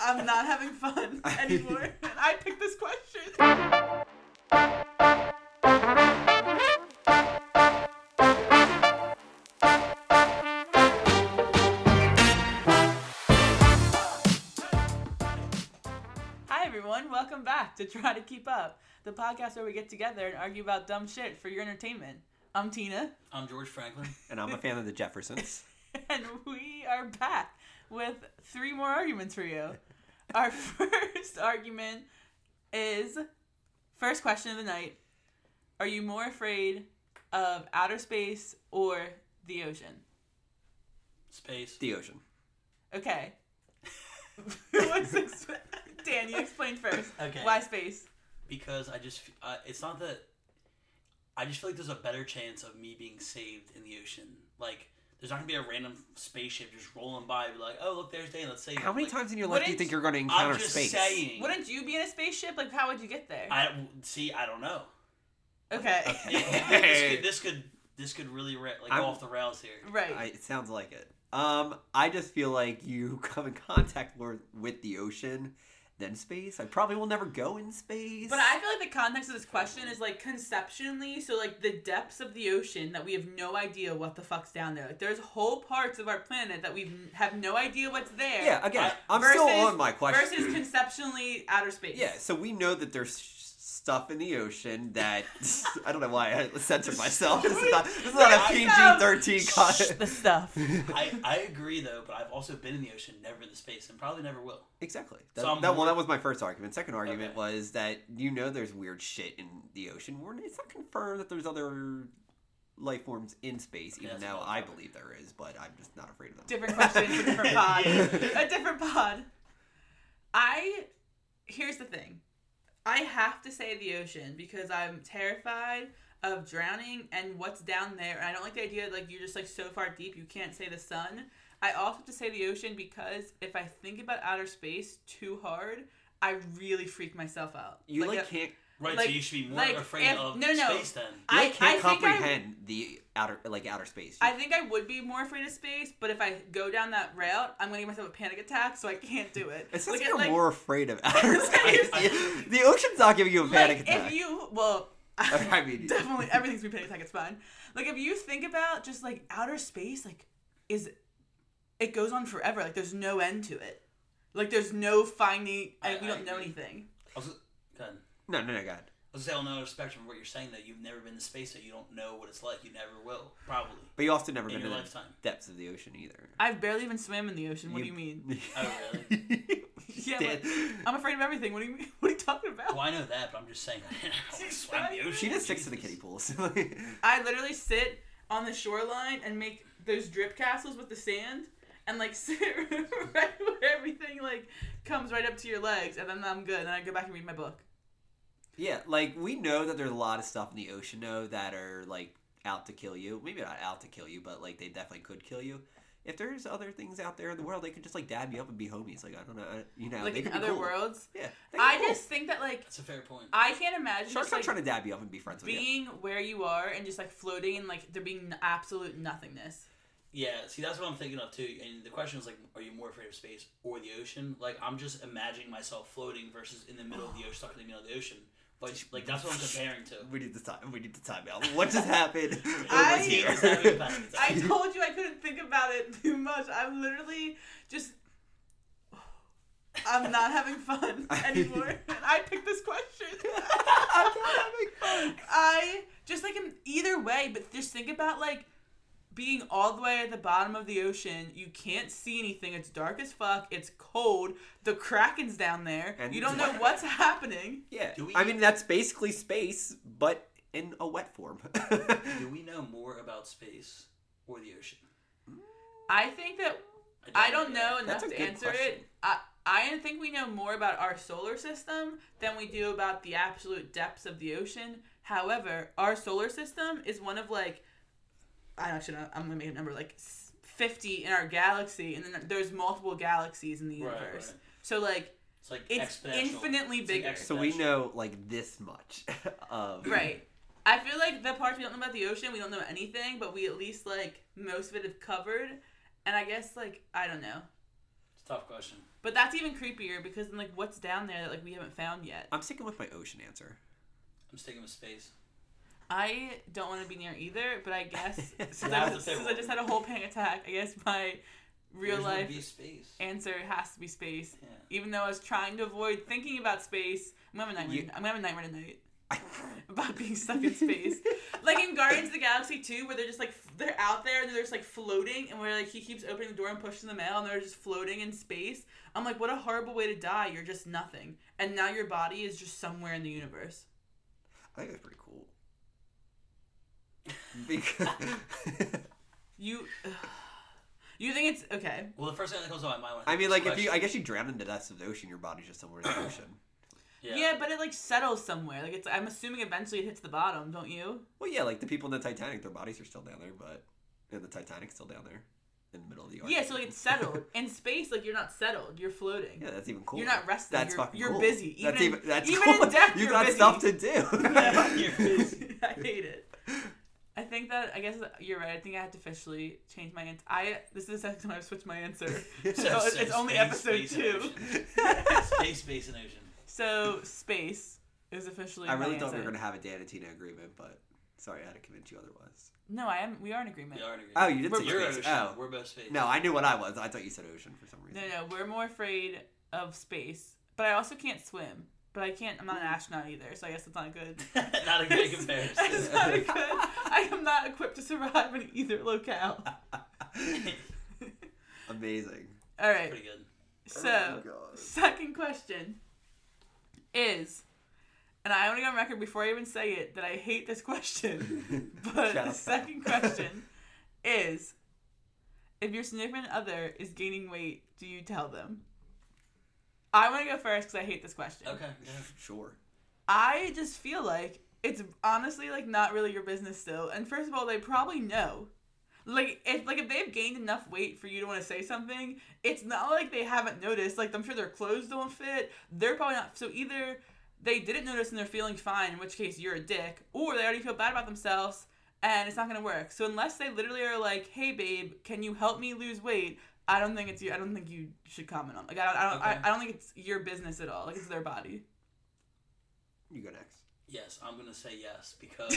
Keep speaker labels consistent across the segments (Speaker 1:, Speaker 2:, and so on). Speaker 1: I'm not having fun anymore. and I picked this question. Hi, everyone. Welcome back to Try to Keep Up, the podcast where we get together and argue about dumb shit for your entertainment. I'm Tina,
Speaker 2: I'm George Franklin.
Speaker 3: and I'm a fan of the Jeffersons.
Speaker 1: and we are back with three more arguments for you. Our first argument is first question of the night Are you more afraid of outer space or the ocean?
Speaker 2: Space.
Speaker 3: The ocean.
Speaker 1: Okay. What's this- Dan, you explain first.
Speaker 2: Okay.
Speaker 1: Why space?
Speaker 2: Because I just, f- uh, it's not that. I just feel like there's a better chance of me being saved in the ocean. Like, there's not gonna be a random spaceship just rolling by, and be like, oh look, there's Dana. Let's save.
Speaker 3: How
Speaker 2: him."
Speaker 3: many
Speaker 2: Like,
Speaker 3: times in your life do you
Speaker 1: wouldn't-
Speaker 3: think you're going to encounter
Speaker 2: I'm just
Speaker 3: space?
Speaker 2: saying.
Speaker 1: Wouldn't you be in a spaceship? Like, how would you get there?
Speaker 2: I see. I don't know.
Speaker 1: okay.
Speaker 2: this, could, this could this could really ra- like
Speaker 3: I'm-
Speaker 2: go off the rails here.
Speaker 1: right.
Speaker 3: I, it sounds like it. Um, I just feel like you come in contact more with the ocean than space. I probably will never go in space.
Speaker 1: But I feel like the context of this question is like conceptually, so like the depths of the ocean that we have no idea what the fuck's down there. Like there's whole parts of our planet that we have no idea what's there.
Speaker 3: yeah, again, I, am still
Speaker 1: versus-
Speaker 3: on my question.
Speaker 1: Versus conceptually outer space.
Speaker 3: yeah, so we know that there's sh- stuff in the ocean that I don't know why I censored myself. This is not, this is not a
Speaker 1: Right.
Speaker 3: PG-13 content.
Speaker 1: The stuff.
Speaker 2: I, I agree though, but I've also been in the ocean, never in the space, and probably never will.
Speaker 3: Exactly. That,
Speaker 2: So I'm
Speaker 3: that- well,
Speaker 2: more-
Speaker 3: that was my first argument. Second argument
Speaker 2: Okay.
Speaker 3: was that you know there's weird shit in the ocean. We're, it's not confirmed that there's other life forms in space,
Speaker 2: Okay,
Speaker 3: even
Speaker 2: that's
Speaker 3: though
Speaker 2: another
Speaker 3: I
Speaker 2: topic.
Speaker 3: believe there is, but I'm just not afraid of them.
Speaker 1: Different question for different pod. a different pod. I here's the thing. I have to say the ocean because I'm terrified of drowning and what's down there. And I don't like the idea that, like you're just like so far deep you can't say the sun. I also have to say the ocean because if I think about outer space too hard, I really freak myself out.
Speaker 3: You like,
Speaker 1: uh,
Speaker 3: can't
Speaker 2: Right,
Speaker 1: Like-
Speaker 2: so you should be more
Speaker 1: like,
Speaker 2: afraid
Speaker 1: if-
Speaker 2: of
Speaker 1: no, no.
Speaker 2: space then.
Speaker 1: I-
Speaker 3: you like can't
Speaker 1: think I-
Speaker 3: comprehend the outer like outer space.
Speaker 1: I think I would be more afraid of space, but if I go down that route, I'm gonna give myself a panic attack, so I can't do it.
Speaker 3: it sounds
Speaker 1: Look
Speaker 3: like
Speaker 1: at,
Speaker 3: you're more afraid of outer space.
Speaker 2: I- I-
Speaker 3: the ocean's not giving you a panic
Speaker 1: like, If
Speaker 3: attack.
Speaker 1: you well,
Speaker 3: I mean-
Speaker 1: definitely everything's been panic attack. It's fine. Like if you think about just like outer space, like is it goes on forever. Like there's no end to it. Like there's no finite,
Speaker 2: I-
Speaker 1: and we
Speaker 2: I
Speaker 1: don't know
Speaker 2: agree.
Speaker 1: anything.
Speaker 2: I was, go ahead.
Speaker 3: No, no, no, God.
Speaker 2: I was gonna say on another spectrum, what you're saying that you've never been to space, so you don't know what it's like. You never will, probably.
Speaker 3: But you also never
Speaker 2: In
Speaker 3: been to
Speaker 2: your
Speaker 3: the
Speaker 2: lifetime.
Speaker 3: depths of the ocean either.
Speaker 1: I've barely even swam in the ocean. What do you mean?
Speaker 2: Oh,
Speaker 1: Yeah,
Speaker 3: Did-
Speaker 1: I'm afraid of everything. What do you mean? What are you talking about?
Speaker 2: Well, I know that, but I'm just saying. I don't wanna swim in the ocean.
Speaker 3: She just sticks to the
Speaker 2: Jesus.
Speaker 3: kiddie pools.
Speaker 1: I literally sit on the shoreline and make those drip castles with the sand and like sit right where everything like comes right up to your legs and then I'm good and I go back and read my book.
Speaker 3: Yeah, like we know that there's a lot of stuff in the ocean though that are like out to kill you. Maybe not out to kill you, but like they definitely could kill you. If there's other things out there in the world, they could just like dab you up and be homies. Like I don't know, I- you know,
Speaker 1: like
Speaker 3: they
Speaker 1: in
Speaker 3: could be
Speaker 1: other
Speaker 3: cool.
Speaker 1: worlds.
Speaker 3: Yeah, they could
Speaker 1: I
Speaker 3: be cool.
Speaker 1: just think that like
Speaker 2: That's a fair point.
Speaker 1: I can't imagine
Speaker 3: sharks
Speaker 1: just,
Speaker 3: not
Speaker 1: like,
Speaker 3: trying to dab you up and be friends with you.
Speaker 1: being where you are and just like floating and like there being n- absolute nothingness.
Speaker 2: Yeah, see, that's what I'm thinking of too. And the question is like, are you more afraid of space or the ocean? Like, I'm just imagining myself floating versus in the middle of the ocean, stuck in the middle of the ocean. But like, that's what I'm comparing to.
Speaker 3: We need the time. We need the time out. What just happened? What
Speaker 1: I-
Speaker 3: was
Speaker 2: Is that what you're
Speaker 3: here?
Speaker 2: talking about?
Speaker 1: I told you I couldn't think about it too much. I'm literally just I'm not having fun anymore. And I picked this question.
Speaker 3: I'm not having fun.
Speaker 1: I just like in either way, but just think about like being all the way at the bottom of the ocean. You can't see anything. It's dark as fuck. It's cold. The kraken's down there.
Speaker 3: And-
Speaker 1: you don't know what's happening.
Speaker 3: Yeah,
Speaker 2: Do we-
Speaker 3: I mean that's basically space, but in a wet form.
Speaker 2: Do we know more about space or the ocean?
Speaker 1: I think that I don't know enough
Speaker 3: That's a
Speaker 1: to
Speaker 3: good
Speaker 1: answer it.
Speaker 3: question.
Speaker 1: I I think we know more about our solar system than we do about the absolute depths of the ocean. However, our solar system is one of like I actually know, I'm gonna make a number like s- fifty in our galaxy, and then there's multiple galaxies in the
Speaker 2: Right,
Speaker 1: universe.
Speaker 2: right.
Speaker 1: So like
Speaker 2: It's like
Speaker 1: It's
Speaker 2: exponential.
Speaker 1: infinitely
Speaker 2: It's like
Speaker 1: bigger.
Speaker 3: so we
Speaker 2: exponential.
Speaker 3: know like this much of
Speaker 1: right. I feel like the parts we don't know about the ocean, we don't know anything, but we at least like most of it have covered. And I guess like I don't know.
Speaker 2: It's Tough question.
Speaker 1: But that's even creepier because then like what's down there that like we haven't found yet?
Speaker 3: I'm sticking with my ocean answer.
Speaker 2: I'm sticking with space.
Speaker 1: I don't want to be near either, but I guess since,
Speaker 2: That
Speaker 1: I,
Speaker 2: was the
Speaker 1: since
Speaker 2: third
Speaker 1: I just had a whole panic attack, I guess my real
Speaker 2: Yours would
Speaker 1: life
Speaker 2: be space.
Speaker 1: answer has to be space.
Speaker 2: Yeah.
Speaker 1: Even though I was trying to avoid thinking about space, I'm gonna have a nightmare.
Speaker 3: You-
Speaker 1: I'm gonna have a nightmare tonight about being stuck in space, like in Guardians of the Galaxy 2, where they're just like f- they're out there and they're just like floating, and where like he keeps opening the door and pushing the mail, and they're just floating in space. I'm like, what a horrible way to die. You're just nothing, and now your body is just somewhere in the universe.
Speaker 3: I think that's pretty cool. Because
Speaker 1: You, you think it's okay?
Speaker 2: Well, the first thing that comes to my mind. When
Speaker 3: I
Speaker 2: think
Speaker 3: mean,
Speaker 2: of
Speaker 3: like
Speaker 2: this
Speaker 3: if you, I
Speaker 2: question-
Speaker 3: guess you drown in the depths of the ocean, your body's just somewhere in the ocean.
Speaker 1: Yeah.
Speaker 2: yeah.
Speaker 1: but it like settles somewhere. Like it's. I'm assuming eventually it hits the bottom, don't you?
Speaker 3: Well, yeah, like the people in the Titanic, their bodies are still down there, but and the Titanic's still down there in the middle of the ocean.
Speaker 1: Yeah, so like it's settled in space. Like you're not settled. You're floating.
Speaker 3: Yeah, that's even cool.
Speaker 1: You're not resting.
Speaker 3: That's
Speaker 1: You're-
Speaker 3: fucking
Speaker 1: you're
Speaker 3: cool.
Speaker 1: busy.
Speaker 3: that's
Speaker 1: Even-
Speaker 3: even that's
Speaker 1: even
Speaker 3: cool.
Speaker 1: in death,
Speaker 3: you
Speaker 1: you're
Speaker 3: got
Speaker 1: busy.
Speaker 3: stuff to do.
Speaker 2: Yeah, you're busy.
Speaker 1: I hate it. I think that I guess you're right. I think I had to officially change my answer. I this is the second time I've switched my answer. So it's, it's only
Speaker 2: Space,
Speaker 1: episode
Speaker 2: space,
Speaker 1: two.
Speaker 2: and ocean. space, space, and ocean.
Speaker 1: So space is officially.
Speaker 3: I
Speaker 1: my
Speaker 3: really thought we
Speaker 1: answer.
Speaker 3: were gonna have a Dan and Tina agreement, but sorry, I had to convince you otherwise.
Speaker 1: No, I am. We are in agreement.
Speaker 2: We are in agreement.
Speaker 3: Oh, you did
Speaker 1: We're-
Speaker 3: say
Speaker 2: You're
Speaker 3: space.
Speaker 2: ocean.
Speaker 3: Oh,
Speaker 2: We're both space.
Speaker 3: no, I knew what I was. I thought you said ocean for some
Speaker 1: No,
Speaker 3: reason.
Speaker 1: no, we're more afraid of space. But I also can't swim. But I can't. I'm not an astronaut either, so I guess that's not good.
Speaker 2: Not a great comparison.
Speaker 1: That's not good. I am not equipped to survive in either locale.
Speaker 3: Amazing. Oh
Speaker 1: All right.
Speaker 2: Pretty good.
Speaker 1: So, second question is, and I want to go on record before I even say it that I hate this question. But
Speaker 3: Shout out.
Speaker 1: the second question is if your significant other is gaining weight, do you tell them? I want to go first because I hate this question.
Speaker 2: Okay. yeah.
Speaker 3: sure.
Speaker 1: I just feel like it's honestly like not really your business still. And first of all, they probably know. Like if like if they've gained enough weight for you to want to say something, it's not like they haven't noticed. Like I'm sure their clothes don't fit. They're probably not so either they didn't notice and they're feeling fine, in which case you're a dick, or they already feel bad about themselves and it's not gonna work. So unless they literally are like, "Hey, babe, can you help me lose weight?" I don't think it's you. I don't think you should comment on. Like I don't. I don't,
Speaker 2: Okay.
Speaker 1: I, I don't think it's your business at all. Like it's their body.
Speaker 3: You go next.
Speaker 2: Yes, I'm gonna say yes because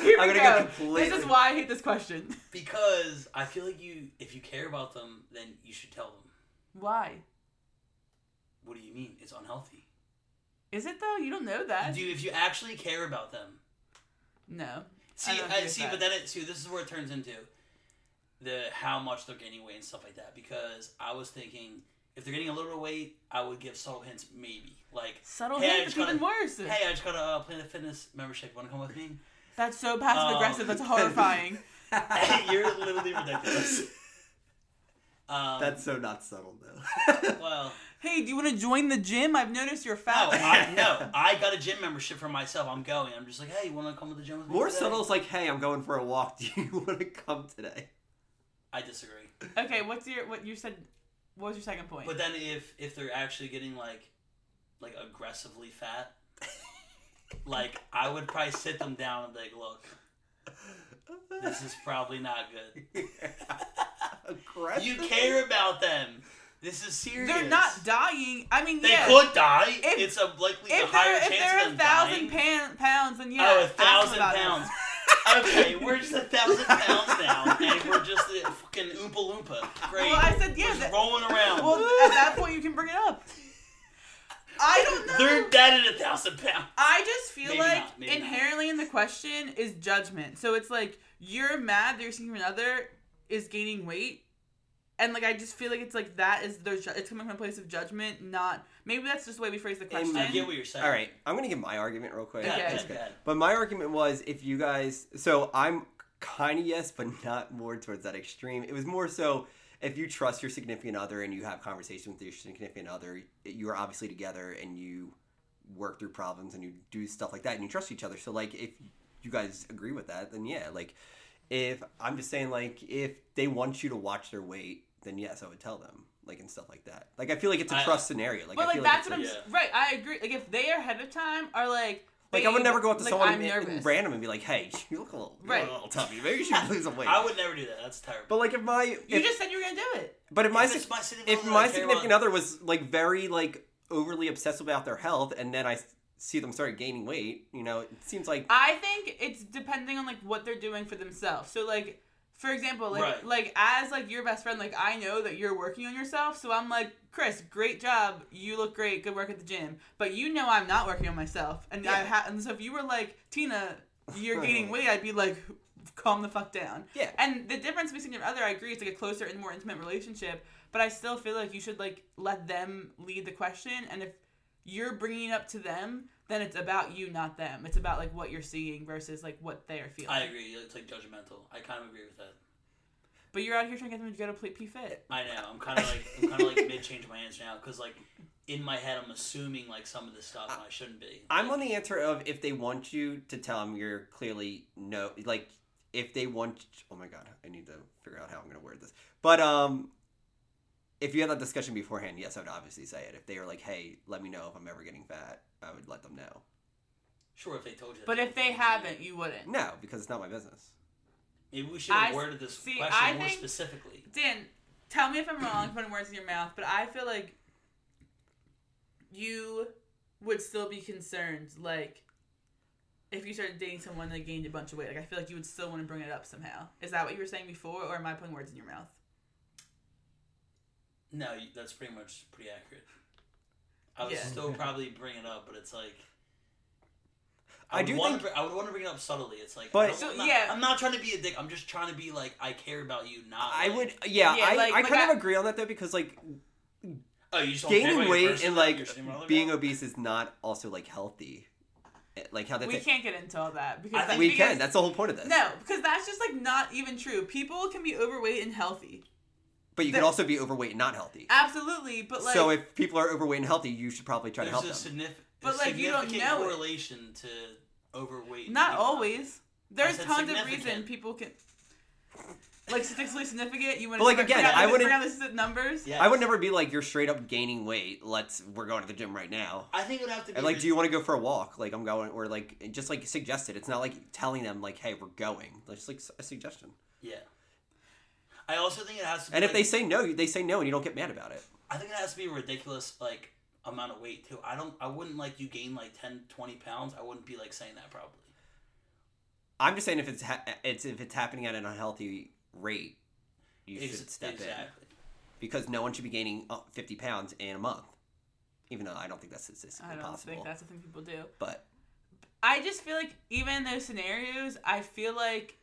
Speaker 1: Here
Speaker 3: I'm
Speaker 1: we
Speaker 3: gonna go
Speaker 1: go.
Speaker 3: completely-
Speaker 1: This is why I hate this question.
Speaker 2: because I feel like you if you care about them, then you should tell them.
Speaker 1: Why?
Speaker 2: What do you mean? It's unhealthy.
Speaker 1: Is it though? You don't know that.
Speaker 2: Dude, if you actually care about them,
Speaker 1: no.
Speaker 2: see,
Speaker 1: don't
Speaker 2: I
Speaker 1: do
Speaker 2: see,
Speaker 1: that.
Speaker 2: but then it see this is where it turns into the how much they're gaining weight and stuff like that. Because I was thinking if they're getting a little weight, I would give subtle hints maybe like
Speaker 1: Subtle
Speaker 2: Hey, I
Speaker 1: hate is
Speaker 2: just gotta-
Speaker 1: even worse.
Speaker 2: Hey, I just got a uh, Planet Fitness membership. Want to come with me?
Speaker 1: That's so
Speaker 2: Oh.
Speaker 1: passive aggressive. That's horrifying.
Speaker 2: You're literally ridiculous. Um,
Speaker 3: That's so not subtle though.
Speaker 2: well.
Speaker 1: hey, do you want to join the gym? I've noticed you're
Speaker 2: No,
Speaker 1: fat.
Speaker 2: I, no, I got a gym membership for myself. I'm going. I'm just like, hey, you want to come to the gym with me?
Speaker 3: More
Speaker 2: today?
Speaker 3: subtle is like, hey, I'm going for a walk. Do you want to come today?
Speaker 2: I disagree.
Speaker 1: okay, what's your what you said? What was your second point?
Speaker 2: But then if if they're actually getting like like aggressively fat, like I would probably sit them down and be like, look, this is probably not good.
Speaker 3: Aggressive.
Speaker 2: You care about them. This is serious.
Speaker 1: they're not dying. I mean,
Speaker 2: They
Speaker 1: yeah.
Speaker 2: could die.
Speaker 1: If-
Speaker 2: it's a likely a
Speaker 1: if
Speaker 2: higher
Speaker 1: they're if
Speaker 2: chance
Speaker 1: they're
Speaker 2: of
Speaker 1: a
Speaker 2: them
Speaker 1: thousand
Speaker 2: dying.
Speaker 1: pan, pounds, then yeah.
Speaker 2: oh, a
Speaker 1: ask them
Speaker 2: thousand
Speaker 1: about it.
Speaker 2: pounds. okay, we're just a thousand pounds now, and we're just a fucking oompa loompa. Great.
Speaker 1: Well, I said
Speaker 2: We're
Speaker 1: yeah.
Speaker 2: just
Speaker 1: that-
Speaker 2: rolling around.
Speaker 1: well, at that point you can bring it up. I don't know.
Speaker 2: They're dead at a thousand pounds.
Speaker 1: I just feel
Speaker 2: Maybe
Speaker 1: like
Speaker 2: not, maybe not.
Speaker 1: inherently in the question is judgment. So it's like you're mad that your significant other is gaining weight, and like I just feel like it's like that is there's ju- it's coming from a place of judgment, not maybe that's just the way we phrase the question.
Speaker 2: I get what you're saying.
Speaker 3: All right, I'm gonna give my argument real quick.
Speaker 2: Yeah,
Speaker 1: Okay.
Speaker 2: yeah,
Speaker 3: Just-
Speaker 2: yeah.
Speaker 3: But my argument was if you guys, so I'm kind of yes, but not more towards that extreme. It was more so if you trust your significant other and you have conversations with your significant other, you are obviously together and you work through problems and you do stuff like that and you trust each other. So like if you guys agree with that, then yeah, like if I'm just saying like if they want you to watch their weight, then yes, I would tell them like and stuff like that. Like I feel like it's a
Speaker 2: I-
Speaker 3: trust scenario. Like I
Speaker 1: but like
Speaker 3: feel
Speaker 1: that's
Speaker 3: like
Speaker 1: what
Speaker 3: it's
Speaker 1: I'm
Speaker 3: a-
Speaker 1: s
Speaker 2: yeah.
Speaker 1: right. I agree. Like if they are ahead of time are like
Speaker 3: Like I would never go up to
Speaker 1: Like,
Speaker 3: someone
Speaker 1: I'm
Speaker 3: and- and
Speaker 1: nervous.
Speaker 3: random and be like, "Hey, you look a little, you look
Speaker 1: Right.
Speaker 3: a little tubby. Maybe you should lose some weight."
Speaker 2: I would never do that. That's terrible.
Speaker 3: but like if my
Speaker 1: You
Speaker 3: if,
Speaker 1: just said you were gonna do it.
Speaker 3: but if my
Speaker 2: if
Speaker 3: sig-
Speaker 2: it's my significant
Speaker 3: if
Speaker 2: other I
Speaker 3: my
Speaker 2: care
Speaker 3: significant
Speaker 2: about-
Speaker 3: other was like very like overly obsessed about their health, and then I s- see them start gaining weight, you know, it seems like
Speaker 1: I think it's depending on like what they're doing for themselves. So like for example, like
Speaker 2: Right.
Speaker 1: like as like your best friend, like I know that you're working on yourself, so I'm like, Chris, great job. You look great. Good work at the gym. But you know I'm not working on myself. And I
Speaker 3: Yeah.
Speaker 1: ha- and so if you were like, Tina, you're gaining weight, I'd be like calm the fuck down.
Speaker 3: Yeah.
Speaker 1: And the difference between your other, I agree, it's like a closer and more intimate relationship, but I still feel like you should like let them lead the question and if you're bringing it up to them, then it's about you, not them. It's about like what you're seeing versus like what they're feeling.
Speaker 2: I agree. It's like judgmental. I kind of agree with that.
Speaker 1: But you're out here trying to get them to go to play P fit.
Speaker 2: I know. I'm kind of like I'm kind of like mid change my answer now because like in my head I'm assuming like some of this stuff and I shouldn't be.
Speaker 3: I'm on the answer of if they want you to tell them you're clearly no, like if they want. Oh my god, I need to figure out how I'm going to word this. But um, if you had that discussion beforehand, yes, I would obviously say it. If they are like, "Hey, let me know if I'm ever getting fat," I would let them know.
Speaker 2: Sure, if they told you.
Speaker 1: But
Speaker 2: that-
Speaker 1: if they haven't, you wouldn't.
Speaker 3: No, because it's not my business.
Speaker 2: maybe we should have
Speaker 1: I-
Speaker 2: worded this
Speaker 1: see,
Speaker 2: question
Speaker 1: I
Speaker 2: more
Speaker 1: think-
Speaker 2: specifically.
Speaker 1: Dan, tell me if I'm wrong, putting words in your mouth, but I feel like you would still be concerned, like if you started dating someone that gained a bunch of weight. Like I feel like you would still want to bring it up somehow. Is that what you were saying before, or am I putting words in your mouth?
Speaker 2: No, you- that's pretty much pretty accurate. I would
Speaker 1: Yeah.
Speaker 2: still probably bring it up, but it's like.
Speaker 3: I
Speaker 2: would
Speaker 3: do
Speaker 2: wanna
Speaker 3: think-
Speaker 2: br- I would want to bring it up subtly. It's like,
Speaker 3: But-
Speaker 2: I don't-
Speaker 1: So,
Speaker 2: I'm not,
Speaker 1: yeah.
Speaker 2: I'm not trying to be a dick. I'm just trying to be like, I care about you. Not,
Speaker 3: I
Speaker 2: like,
Speaker 3: would, yeah,
Speaker 1: Yeah,
Speaker 3: I,
Speaker 1: like-
Speaker 3: I
Speaker 1: like
Speaker 3: kind
Speaker 1: I-
Speaker 3: of agree on that though because like
Speaker 2: Oh, you just don't care about
Speaker 3: gaining
Speaker 2: your
Speaker 3: weight
Speaker 2: person,
Speaker 3: and
Speaker 2: your
Speaker 3: like
Speaker 2: significant
Speaker 3: being
Speaker 2: other?
Speaker 3: obese is not also like healthy. Like how that's
Speaker 1: We can't get into all that because
Speaker 2: I
Speaker 1: that-
Speaker 2: think
Speaker 3: we
Speaker 1: because-
Speaker 3: can. That's the whole point of this.
Speaker 1: No, because that's just like not even true. People can be overweight and healthy.
Speaker 3: but you
Speaker 1: that-
Speaker 3: can also be overweight and not healthy.
Speaker 1: Absolutely, but like
Speaker 3: so if people are overweight and healthy, you should probably try to
Speaker 2: there's
Speaker 3: help
Speaker 2: a
Speaker 3: them.
Speaker 2: signific-
Speaker 1: But,
Speaker 2: a
Speaker 1: like, you don't
Speaker 2: significant
Speaker 1: know it.
Speaker 2: correlation to overweight. and
Speaker 1: not
Speaker 2: being obese.
Speaker 1: always. There's
Speaker 2: said
Speaker 1: tons of
Speaker 2: significant.
Speaker 1: reason people can like statistically significant. You want
Speaker 3: But, like, again, I wouldn't-
Speaker 1: Out this numbers.
Speaker 2: Yes.
Speaker 3: I would never be like you're straight up gaining weight. Let's we're going to the gym right now.
Speaker 2: I think it would have to be
Speaker 3: And like, do you want to go for a walk? Like I'm going, or like just like suggest it. It's not like telling them like, hey, we're going. It's just like a suggestion.
Speaker 2: Yeah. I also think it has to. Be
Speaker 3: And if
Speaker 2: like-
Speaker 3: they say no, they say no, and you don't get mad about it.
Speaker 2: I think it has to be a ridiculous like amount of weight too. I don't. I wouldn't like you gain like 10, 20 pounds. I wouldn't be like saying that probably.
Speaker 3: I'm just saying if it's ha- it's if it's happening at an unhealthy rate, you
Speaker 2: Ex-
Speaker 3: should step
Speaker 2: exactly.
Speaker 3: in because no one should be gaining uh, 50 pounds in a month. Even though I don't think that's statistically
Speaker 1: I don't
Speaker 3: possible,
Speaker 1: think that's the thing people do.
Speaker 3: but
Speaker 1: I just feel like even in those scenarios, I feel like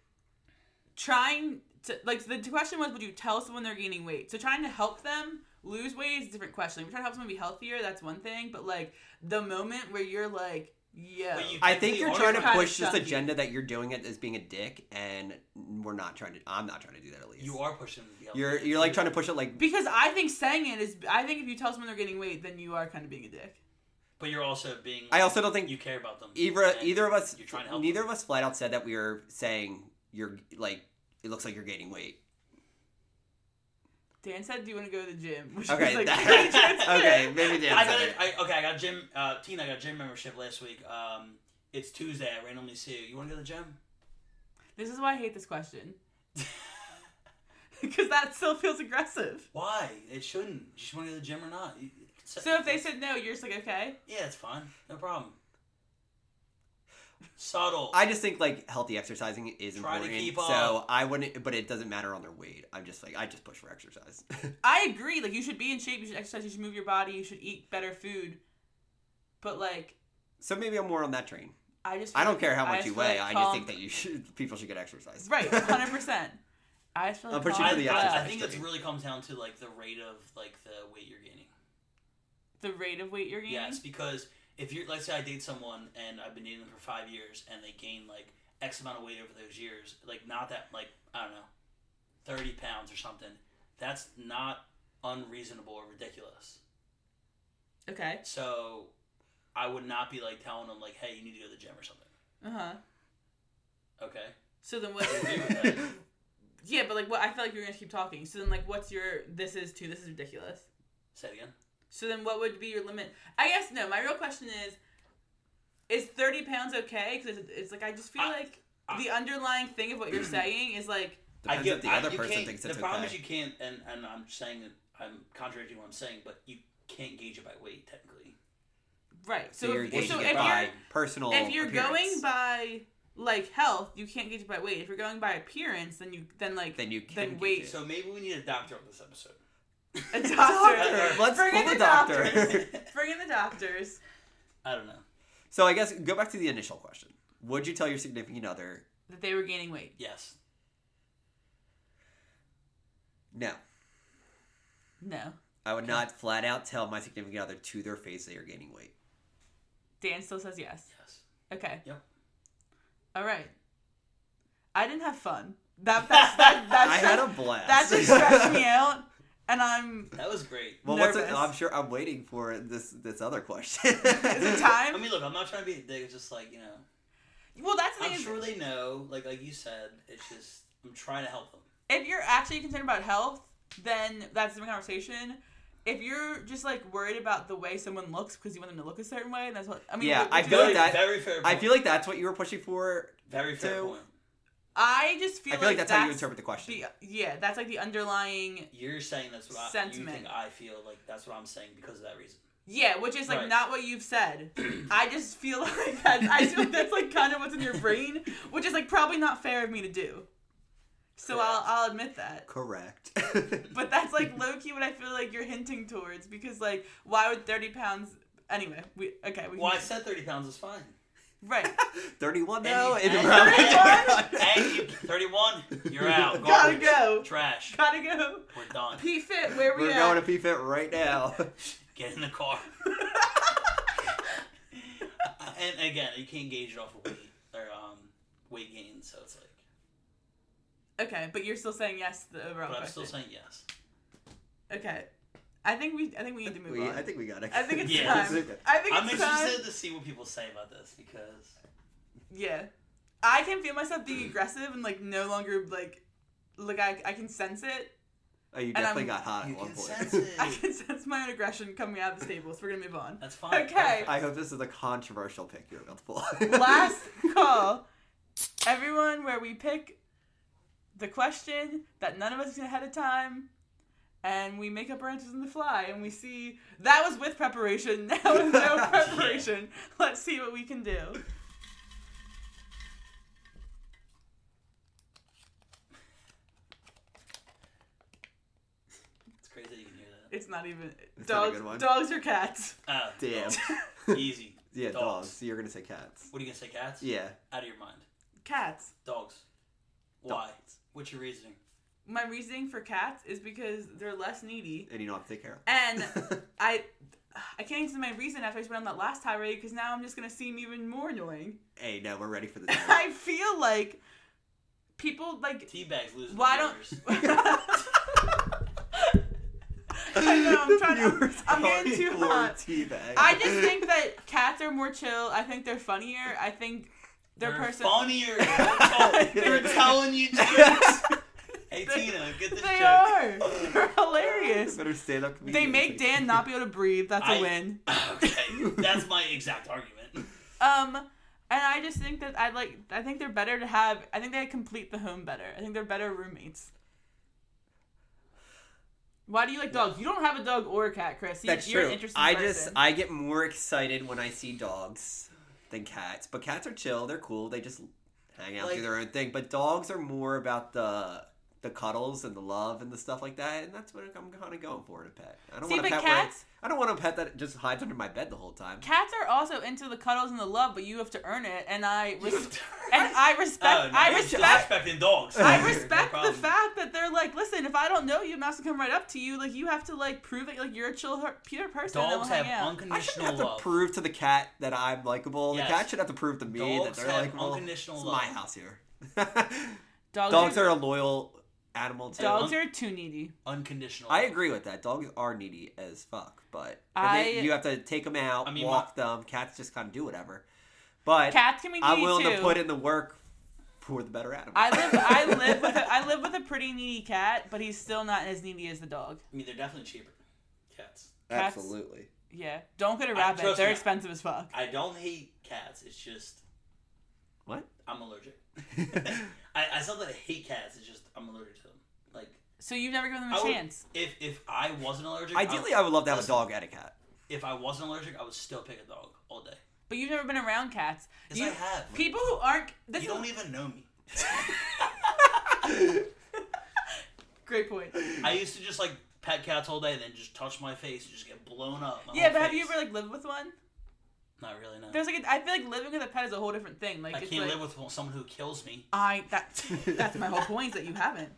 Speaker 1: trying to like the question was, would you tell someone they're gaining weight? So trying to help them lose weight is a different question. If you're trying to help someone be healthier, that's one thing. But like the moment where you're like, yeah,
Speaker 2: But you-
Speaker 3: I think
Speaker 2: They
Speaker 3: you're
Speaker 2: are
Speaker 3: trying to
Speaker 1: kinda
Speaker 3: push this
Speaker 1: chunky.
Speaker 3: agenda that you're doing it as being a dick, and we're not trying to. I'm not trying to do that at least.
Speaker 2: You are pushing. The envelope.
Speaker 3: You're you're like trying to push it like.
Speaker 1: because I think saying it is. I think if you tell someone they're gaining weight, then you are kind of being a dick.
Speaker 2: But you're also being.
Speaker 3: I also don't think
Speaker 2: you care about them.
Speaker 3: either
Speaker 2: and
Speaker 3: either of us
Speaker 2: You're trying to help.
Speaker 3: neither
Speaker 2: them.
Speaker 3: of us flat out said that we were saying you're like it looks like you're gaining weight.
Speaker 1: Dan said, "Do you want to go to the gym?" Which
Speaker 3: Okay,
Speaker 1: was, like,
Speaker 3: that-
Speaker 1: really transparent.
Speaker 3: Okay, maybe Dan
Speaker 2: I
Speaker 3: said
Speaker 2: got
Speaker 3: it.
Speaker 2: a, I, okay. I got gym. Uh, Tina, I got gym membership last week. Um, it's Tuesday. I randomly see you. You want to go to the gym?
Speaker 1: This is why I hate this question because that still feels aggressive.
Speaker 2: Why? It shouldn't. You just want to go to the gym or not? You-
Speaker 1: So if they said no, you're just like, okay.
Speaker 2: yeah, it's fine. No problem. Subtle.
Speaker 3: I just think like healthy exercising is
Speaker 2: Try to
Speaker 3: important.
Speaker 2: keep
Speaker 3: so I wouldn't, but it doesn't matter on their weight. I'm just like I just push for exercise.
Speaker 1: I agree. Like you should be in shape. You should exercise. You should move your body. You should eat better food. But like,
Speaker 3: so maybe I'm more on that train.
Speaker 1: I just
Speaker 3: I
Speaker 1: feel
Speaker 3: don't
Speaker 1: like-
Speaker 3: care how
Speaker 1: I
Speaker 3: much
Speaker 1: just
Speaker 3: you
Speaker 1: feel
Speaker 3: weigh.
Speaker 1: like
Speaker 3: I just
Speaker 1: calm-
Speaker 3: think that you should people should get exercise.
Speaker 1: right, hundred percent. I just feel like
Speaker 3: I'll put you
Speaker 1: calm
Speaker 3: for the
Speaker 1: breath-
Speaker 2: I, I
Speaker 3: exercise
Speaker 2: think it
Speaker 3: training.
Speaker 2: really comes down to like the rate of like the weight you're gaining.
Speaker 1: the rate of weight you're gaining.
Speaker 2: Yes, because if you're let's say I date someone and I've been dating them for five years and they gain like X amount of weight over those years, like not that like I don't know, thirty pounds or something. That's not unreasonable or ridiculous.
Speaker 1: Okay.
Speaker 2: So I would not be like telling them like, hey, you need to go to the gym or something.
Speaker 1: Uh huh.
Speaker 2: Okay.
Speaker 1: So then what?
Speaker 2: agree with that.
Speaker 1: yeah, but like, what? I feel like you're gonna keep talking. So then, like, what's your? This is too. This is ridiculous.
Speaker 2: Say it again.
Speaker 1: So then, what would be your limit? I guess no. My real question is, is 30 pounds okay? Because it's, it's like, I just feel
Speaker 2: I-
Speaker 1: like
Speaker 2: I-
Speaker 1: the underlying thing of what you're saying is like,
Speaker 3: Depends
Speaker 2: I get
Speaker 3: if the
Speaker 2: I-
Speaker 3: other
Speaker 2: you
Speaker 3: person
Speaker 2: can't-
Speaker 3: thinks
Speaker 2: the
Speaker 3: it's
Speaker 2: problem
Speaker 3: okay.
Speaker 2: is you can't, and, and I'm saying that I'm contradicting what I'm saying, but you can't gauge it by weight technically.
Speaker 1: right.
Speaker 3: so,
Speaker 1: So,
Speaker 3: you're
Speaker 1: if,
Speaker 3: gauging
Speaker 1: so
Speaker 3: it
Speaker 1: if
Speaker 3: by
Speaker 1: you're
Speaker 3: personal.
Speaker 1: if you're
Speaker 3: appearance.
Speaker 1: going by like health, you can't gauge it by weight. If you're going by appearance, then you then like
Speaker 3: then you can
Speaker 1: then
Speaker 3: gauge
Speaker 1: wait.
Speaker 3: it.
Speaker 2: So maybe we need a doctor on this episode.
Speaker 1: a
Speaker 3: Doctor,
Speaker 1: doctor.
Speaker 3: let's
Speaker 1: Bring
Speaker 3: pull
Speaker 1: in
Speaker 3: the
Speaker 1: the
Speaker 3: doctor.
Speaker 1: Bring in the doctors.
Speaker 2: I don't know.
Speaker 3: so I guess go back to the initial question. Would you tell your significant other
Speaker 1: that they were gaining weight.
Speaker 2: Yes.
Speaker 3: no?
Speaker 1: No.
Speaker 3: I would not flat out tell my significant other to their face they are gaining weight.
Speaker 1: Dan still says yes.
Speaker 2: Yes.
Speaker 1: Okay.
Speaker 2: Yep.
Speaker 1: All right. I didn't have fun. That that's that that's
Speaker 3: I
Speaker 1: just,
Speaker 3: had a blast.
Speaker 1: that just stressed me out, and I'm.
Speaker 2: That was great.
Speaker 3: Well, what's it?
Speaker 1: nervous.
Speaker 3: I'm sure I'm waiting for this this other question.
Speaker 1: Is it
Speaker 2: I
Speaker 1: time?
Speaker 2: mean, look, I'm not trying to be a dick. It's just like you know,
Speaker 1: Well, that's the
Speaker 2: I'm
Speaker 1: thing. is
Speaker 2: sure they know. Like like you said, it's just I'm trying to help them.
Speaker 1: If you're actually concerned about health, then that's a different conversation. If you're just like worried about the way someone looks because you want them to look a certain way, and that's what I mean.
Speaker 3: Yeah,
Speaker 1: what-
Speaker 3: I
Speaker 1: what
Speaker 3: feel
Speaker 1: you-
Speaker 2: very,
Speaker 3: like that-
Speaker 2: Very fair. Point.
Speaker 3: I feel like that's what you were pushing for.
Speaker 2: very fair
Speaker 3: too.
Speaker 2: point.
Speaker 1: I just feel,
Speaker 3: I feel like that's, how you interpret the question.
Speaker 1: the yeah. That's like the underlying
Speaker 2: You're saying that's what I, you
Speaker 1: Sentiment.
Speaker 2: think I feel like that's what I'm saying because of that reason.
Speaker 1: Yeah, which is like
Speaker 2: Right.
Speaker 1: not what you've said. I just feel like that's I feel like that's like kind of what's in your brain, which is like probably not fair of me to do. So I'll
Speaker 2: Correct.
Speaker 1: I'll admit that.
Speaker 3: Correct.
Speaker 1: But that's like low key what I feel like you're hinting towards because like why would thirty pounds anyway? We okay we
Speaker 2: Well, I
Speaker 1: can-
Speaker 2: said 30 pounds is fine.
Speaker 1: right.
Speaker 3: 31
Speaker 2: And
Speaker 3: now.
Speaker 2: you-
Speaker 3: in
Speaker 2: and-
Speaker 3: round-
Speaker 2: Hey, you- 31, you're out.
Speaker 1: Gotta
Speaker 2: Garbage.
Speaker 1: go.
Speaker 2: Trash.
Speaker 1: Gotta go.
Speaker 2: We're done.
Speaker 1: P fit where we
Speaker 3: We're
Speaker 1: at?
Speaker 3: going to P-Fit right now.
Speaker 2: Get in the car. and again, you can't gauge it off of weight or um, weight gain, so it's like.
Speaker 1: okay, but you're still saying yes to the overall
Speaker 2: But I'm
Speaker 1: question.
Speaker 2: still saying yes.
Speaker 1: okay, I think we I think we need to move
Speaker 3: We-
Speaker 1: on.
Speaker 3: I think we got it.
Speaker 1: I think it's
Speaker 2: Yeah.
Speaker 1: time. I think
Speaker 2: I'm
Speaker 1: it's time.
Speaker 2: interested to see what people say about this because
Speaker 1: Yeah. I can feel myself being aggressive and like no longer like like I, I can sense it.
Speaker 3: Oh, you
Speaker 1: I'm-
Speaker 3: definitely got hot
Speaker 2: you
Speaker 3: at one
Speaker 2: can sense
Speaker 3: point.
Speaker 2: it.
Speaker 1: I can sense my own aggression coming out of the stables. We're gonna move on.
Speaker 2: That's fine.
Speaker 1: Okay.
Speaker 2: Perfect.
Speaker 3: I hope this is a controversial pick you're about to pull.
Speaker 1: Last call. Everyone where we pick the question that none of us knew ahead of time and we make up our answers on the fly and we see that was with preparation, now with no preparation. Let's see what we can do.
Speaker 2: It's crazy that you can hear that.
Speaker 1: It's not even
Speaker 3: It's not a
Speaker 1: dogs
Speaker 3: good one.
Speaker 1: dogs or cats.
Speaker 2: Oh,
Speaker 3: Damn.
Speaker 2: dogs. Easy.
Speaker 3: yeah, dogs.
Speaker 2: Dogs.
Speaker 3: You're gonna say cats.
Speaker 2: What are you gonna say, cats?
Speaker 3: Yeah.
Speaker 2: Out of your mind.
Speaker 1: Cats.
Speaker 2: Dogs. Why? What's your reasoning?
Speaker 1: my reasoning for cats is because they're less needy.
Speaker 3: And you don't have to take care of.
Speaker 1: And
Speaker 3: them.
Speaker 1: I I can't even say my reason after I spent on that last tirade because now I'm just gonna seem even more annoying.
Speaker 3: hey, no, we're ready for this.
Speaker 1: I feel like people like
Speaker 2: Teabags losing
Speaker 1: Why don't-
Speaker 2: viewers.
Speaker 1: I know, I'm trying to-
Speaker 3: Viewers
Speaker 1: I'm getting
Speaker 3: calling
Speaker 1: too
Speaker 3: Lord
Speaker 1: hot.
Speaker 3: Teabag.
Speaker 1: I just think that cats are more chill. I think they're funnier. I think their
Speaker 2: They're
Speaker 1: person
Speaker 2: funnier. They're telling you jokes. Hey
Speaker 1: They-
Speaker 2: Tina, get this
Speaker 1: they
Speaker 2: joke.
Speaker 1: are. They're hilarious.
Speaker 3: Better stand up.
Speaker 1: They make Dan not be able to breathe. That's a
Speaker 2: I-
Speaker 1: win.
Speaker 2: Okay, that's my exact argument.
Speaker 1: Um, and I just think that I like. I think they're better to have. I think they complete the home better. I think they're better roommates. Why do you like dogs? You don't have a dog or a cat, Chris. You,
Speaker 3: That's
Speaker 1: you're
Speaker 3: true.
Speaker 1: An interesting
Speaker 3: I
Speaker 1: person.
Speaker 3: just I get more excited when I see dogs than cats. But cats are chill. They're cool. They just hang out,
Speaker 2: Like-
Speaker 3: do their own thing. But dogs are more about the the cuddles and the love and the stuff like that. And that's what I'm kind of going for in a pet. I don't
Speaker 1: See,
Speaker 3: want a
Speaker 1: but
Speaker 3: pet. where
Speaker 1: cats-
Speaker 3: it's- I don't want a pet that just hides under my bed the whole time.
Speaker 1: cats are also into the cuddles and the love, but you have to earn it. And I res-
Speaker 2: You-
Speaker 1: and I respect.
Speaker 2: Oh, no,
Speaker 1: I
Speaker 2: you're just
Speaker 1: respect.
Speaker 2: respecting dogs.
Speaker 1: I
Speaker 2: No
Speaker 1: respect the
Speaker 2: problem.
Speaker 1: fact that they're like, listen, if I don't know you, I'm not gonna come right up to you. Like you have to like prove it. Like you're a chill, her- pure person. and then
Speaker 2: Dogs
Speaker 1: we'll
Speaker 2: have
Speaker 1: hang out.
Speaker 3: I shouldn't
Speaker 2: unconditional
Speaker 3: have to
Speaker 2: love.
Speaker 3: prove to the cat that I'm likable.
Speaker 2: Yes.
Speaker 3: The cat should have to prove to me
Speaker 2: Dogs
Speaker 3: that they're
Speaker 2: have
Speaker 3: likable.
Speaker 2: unconditional
Speaker 3: it's
Speaker 2: love.
Speaker 3: my house here.
Speaker 1: dogs
Speaker 3: dogs
Speaker 1: are
Speaker 3: are a loyal animal too.
Speaker 1: dogs are too needy.
Speaker 2: unconditional.
Speaker 3: I
Speaker 2: love.
Speaker 3: agree with that. Dogs are needy as fuck, but
Speaker 1: I-
Speaker 3: I think you have to take them out,
Speaker 2: I mean,
Speaker 3: walk them. Cats just kind of do whatever. But
Speaker 1: Cats can be needy
Speaker 3: I'm willing
Speaker 1: too.
Speaker 3: to put in the work for the better animal.
Speaker 1: I live I live with a, I live with a pretty needy cat, but he's still not as needy as the dog.
Speaker 2: I mean, they're definitely cheaper. Cats.
Speaker 1: Cats.
Speaker 3: absolutely.
Speaker 1: Yeah, don't get a
Speaker 2: I-
Speaker 1: rabbit;
Speaker 2: trust
Speaker 1: they're
Speaker 2: me.
Speaker 1: expensive as fuck.
Speaker 2: I don't hate cats. It's just
Speaker 3: What?
Speaker 2: I'm allergic. I, I saw that I hate cats. It's just I'm allergic to them. Like
Speaker 1: So you've never given them a
Speaker 2: I would-
Speaker 1: chance.
Speaker 2: if if I wasn't allergic, I
Speaker 3: Ideally, I would love to have a
Speaker 2: Listen.
Speaker 3: dog and a cat.
Speaker 2: if I wasn't allergic, I would still pick a dog all day.
Speaker 1: But you've never been around cats.
Speaker 2: Yes,
Speaker 1: You-
Speaker 2: I have.
Speaker 1: People who aren't. This
Speaker 2: you
Speaker 1: is
Speaker 2: don't even know me.
Speaker 1: great point.
Speaker 2: I used to just like pet cats all day, and then just touch my face and just get blown up. my
Speaker 1: Yeah,
Speaker 2: whole
Speaker 1: but have you
Speaker 2: face.
Speaker 1: ever like lived with one?
Speaker 2: Not really. No.
Speaker 1: There's like a, I feel like living with a pet is a whole different thing. Like
Speaker 2: I
Speaker 1: it's
Speaker 2: can't
Speaker 1: like,
Speaker 2: live with someone who kills me.
Speaker 1: I that that's my whole point is that you haven't.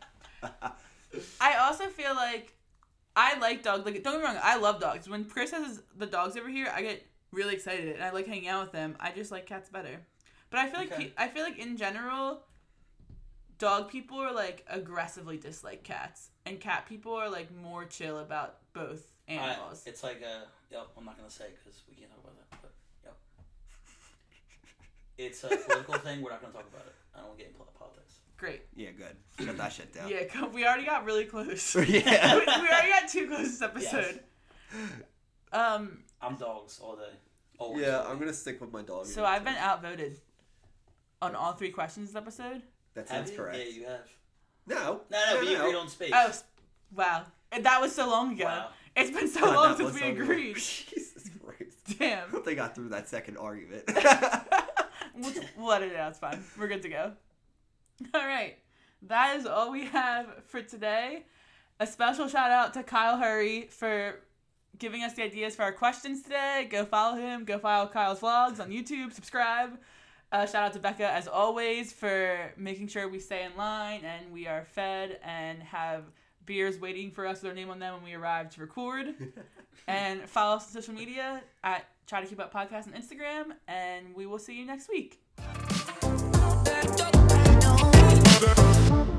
Speaker 1: I also feel like I like dogs. Like don't get me wrong, I love dogs. When Chris has the dogs over here, I get really excited and I like hanging out with them. I just like cats better. But I feel like
Speaker 2: Okay.
Speaker 1: pe- I feel like in general, dog people are like aggressively dislike cats, and cat people are like more chill about both
Speaker 2: I-
Speaker 1: animals.
Speaker 2: it's like a yep. I'm not gonna say because we can't talk about that. But yep. It's a political thing. We're not gonna talk about it. I don't want to get into politics.
Speaker 1: Great.
Speaker 3: Yeah, good. Shut that shit down.
Speaker 1: Yeah, co- we already got really close. we, we
Speaker 3: yeah.
Speaker 1: already got too close this episode. Um.
Speaker 2: I'm dogs all day. Always.
Speaker 3: Yeah, I'm gonna stick with my dog.
Speaker 1: So I've been outvoted on all three questions this episode.
Speaker 3: That
Speaker 2: Have
Speaker 3: sounds
Speaker 2: you?
Speaker 3: correct.
Speaker 2: Yeah, you have.
Speaker 3: No.
Speaker 2: No, no, we agreed on space.
Speaker 1: Oh, s- wow. And That was so long ago.
Speaker 2: Wow.
Speaker 1: It's been so
Speaker 3: God,
Speaker 1: long
Speaker 3: that
Speaker 1: since
Speaker 3: was
Speaker 1: we
Speaker 3: so good.
Speaker 1: agreed.
Speaker 3: Jesus Christ. I
Speaker 1: Damn.
Speaker 3: hope they got through that second argument.
Speaker 1: We'll, we'll let it out. It's fine. We're good to go. All right. That is all we have for today. A special shout out to Kyle Hurry for giving us the ideas for our questions today. Go follow him. Go follow Kyle's vlogs on YouTube. Subscribe. Uh, shout out to Becca, as always, for making sure we stay in line and we are fed and have beers waiting for us with our name on them when we arrive to record. and follow us on social media at Try to Keep Up Podcast on Instagram. And we will see you next week.
Speaker 4: No.